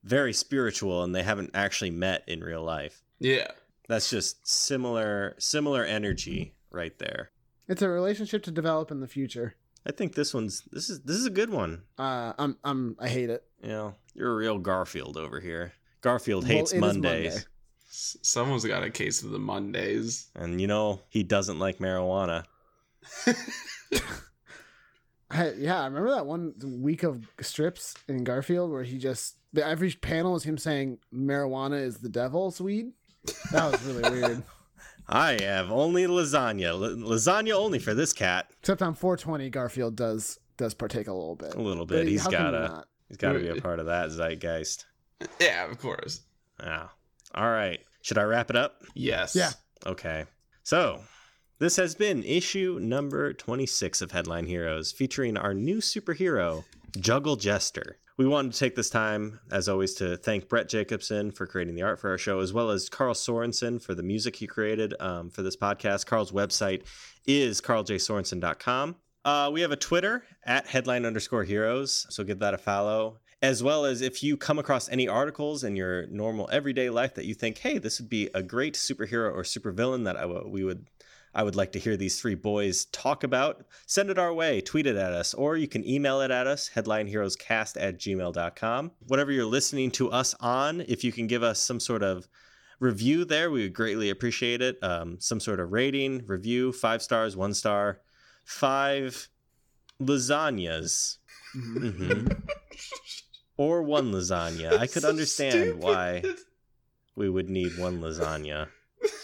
Speaker 1: very spiritual and they haven't actually met in real life.
Speaker 3: Yeah.
Speaker 1: That's just similar similar energy right there.
Speaker 2: It's a relationship to develop in the future.
Speaker 1: I think this one's this is this is a good one.
Speaker 2: Uh, I'm. I'm. I hate it.
Speaker 1: You know, you're a real Garfield over here. Garfield
Speaker 2: Well,
Speaker 1: hates
Speaker 2: it is
Speaker 1: Mondays.
Speaker 2: Monday.
Speaker 3: S- someone's got a case of the Mondays.
Speaker 1: And you know, he doesn't like marijuana.
Speaker 2: I, yeah, I remember that one week of strips in Garfield where he just the every panel was him saying marijuana is the devil's weed. That was really weird.
Speaker 1: I have only lasagna. L- lasagna only for this cat.
Speaker 2: Except on 420, Garfield does does partake a little bit.
Speaker 1: A little bit. He's
Speaker 2: How can
Speaker 1: got
Speaker 2: you
Speaker 1: a
Speaker 2: not?
Speaker 1: He's got to be a part of that zeitgeist.
Speaker 3: Yeah, of course.
Speaker 1: Wow. Ah. All right. Should I wrap it up?
Speaker 3: Yes.
Speaker 2: Yeah.
Speaker 1: Okay. So, this has been issue number 26 of Headline Heroes, featuring our new superhero, Juggle Jester. We wanted to take this time, as always, to thank Brett Jacobson for creating the art for our show, as well as Carl Sorensen for the music he created um, for this podcast. Carl's website is carljsorensen.com. Uh, we have a Twitter at headline underscore heroes, so give that a follow as well as if you come across any articles in your normal everyday life that you think, hey, this would be a great superhero or supervillain that I w- we would I would like to hear these three boys talk about, send it our way, tweet it at us, or you can email it at us, headlineheroescast at gmail.com. Whatever you're listening to us on, if you can give us some sort of review there, we would greatly appreciate it. Um, some sort of rating, review, five stars, one star, five lasagnas. Mhm or one lasagna. I could
Speaker 3: Mm-hmm. So
Speaker 1: understand
Speaker 3: stupid.
Speaker 1: why we would need one lasagna.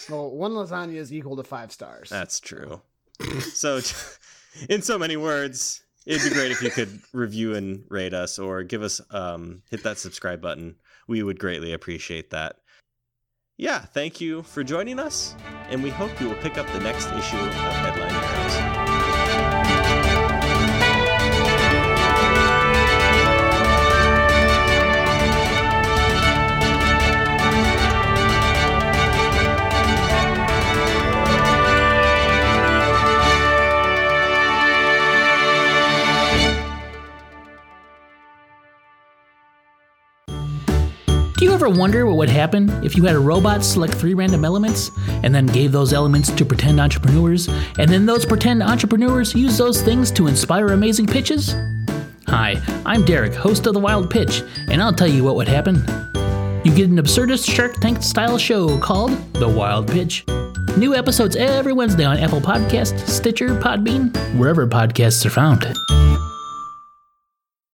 Speaker 2: Well, one lasagna is equal to five stars.
Speaker 1: That's true. So, in so many words, it'd be great if you could review and rate us or give us, um, hit that subscribe button. We would greatly appreciate that. Yeah, thank you for joining us, and we hope you will pick up the next issue of Headline Heroes.
Speaker 4: Do you ever wonder what would happen if you had a robot select three random elements and then gave those elements to pretend entrepreneurs, and then those pretend entrepreneurs use those things to inspire amazing pitches? Hi, I'm Derek, host of The Wild Pitch, and I'll tell you what would happen. You get an absurdist Shark Tank style show called The Wild Pitch. New episodes every Wednesday on Apple Podcasts, Stitcher, Podbean, wherever podcasts are found.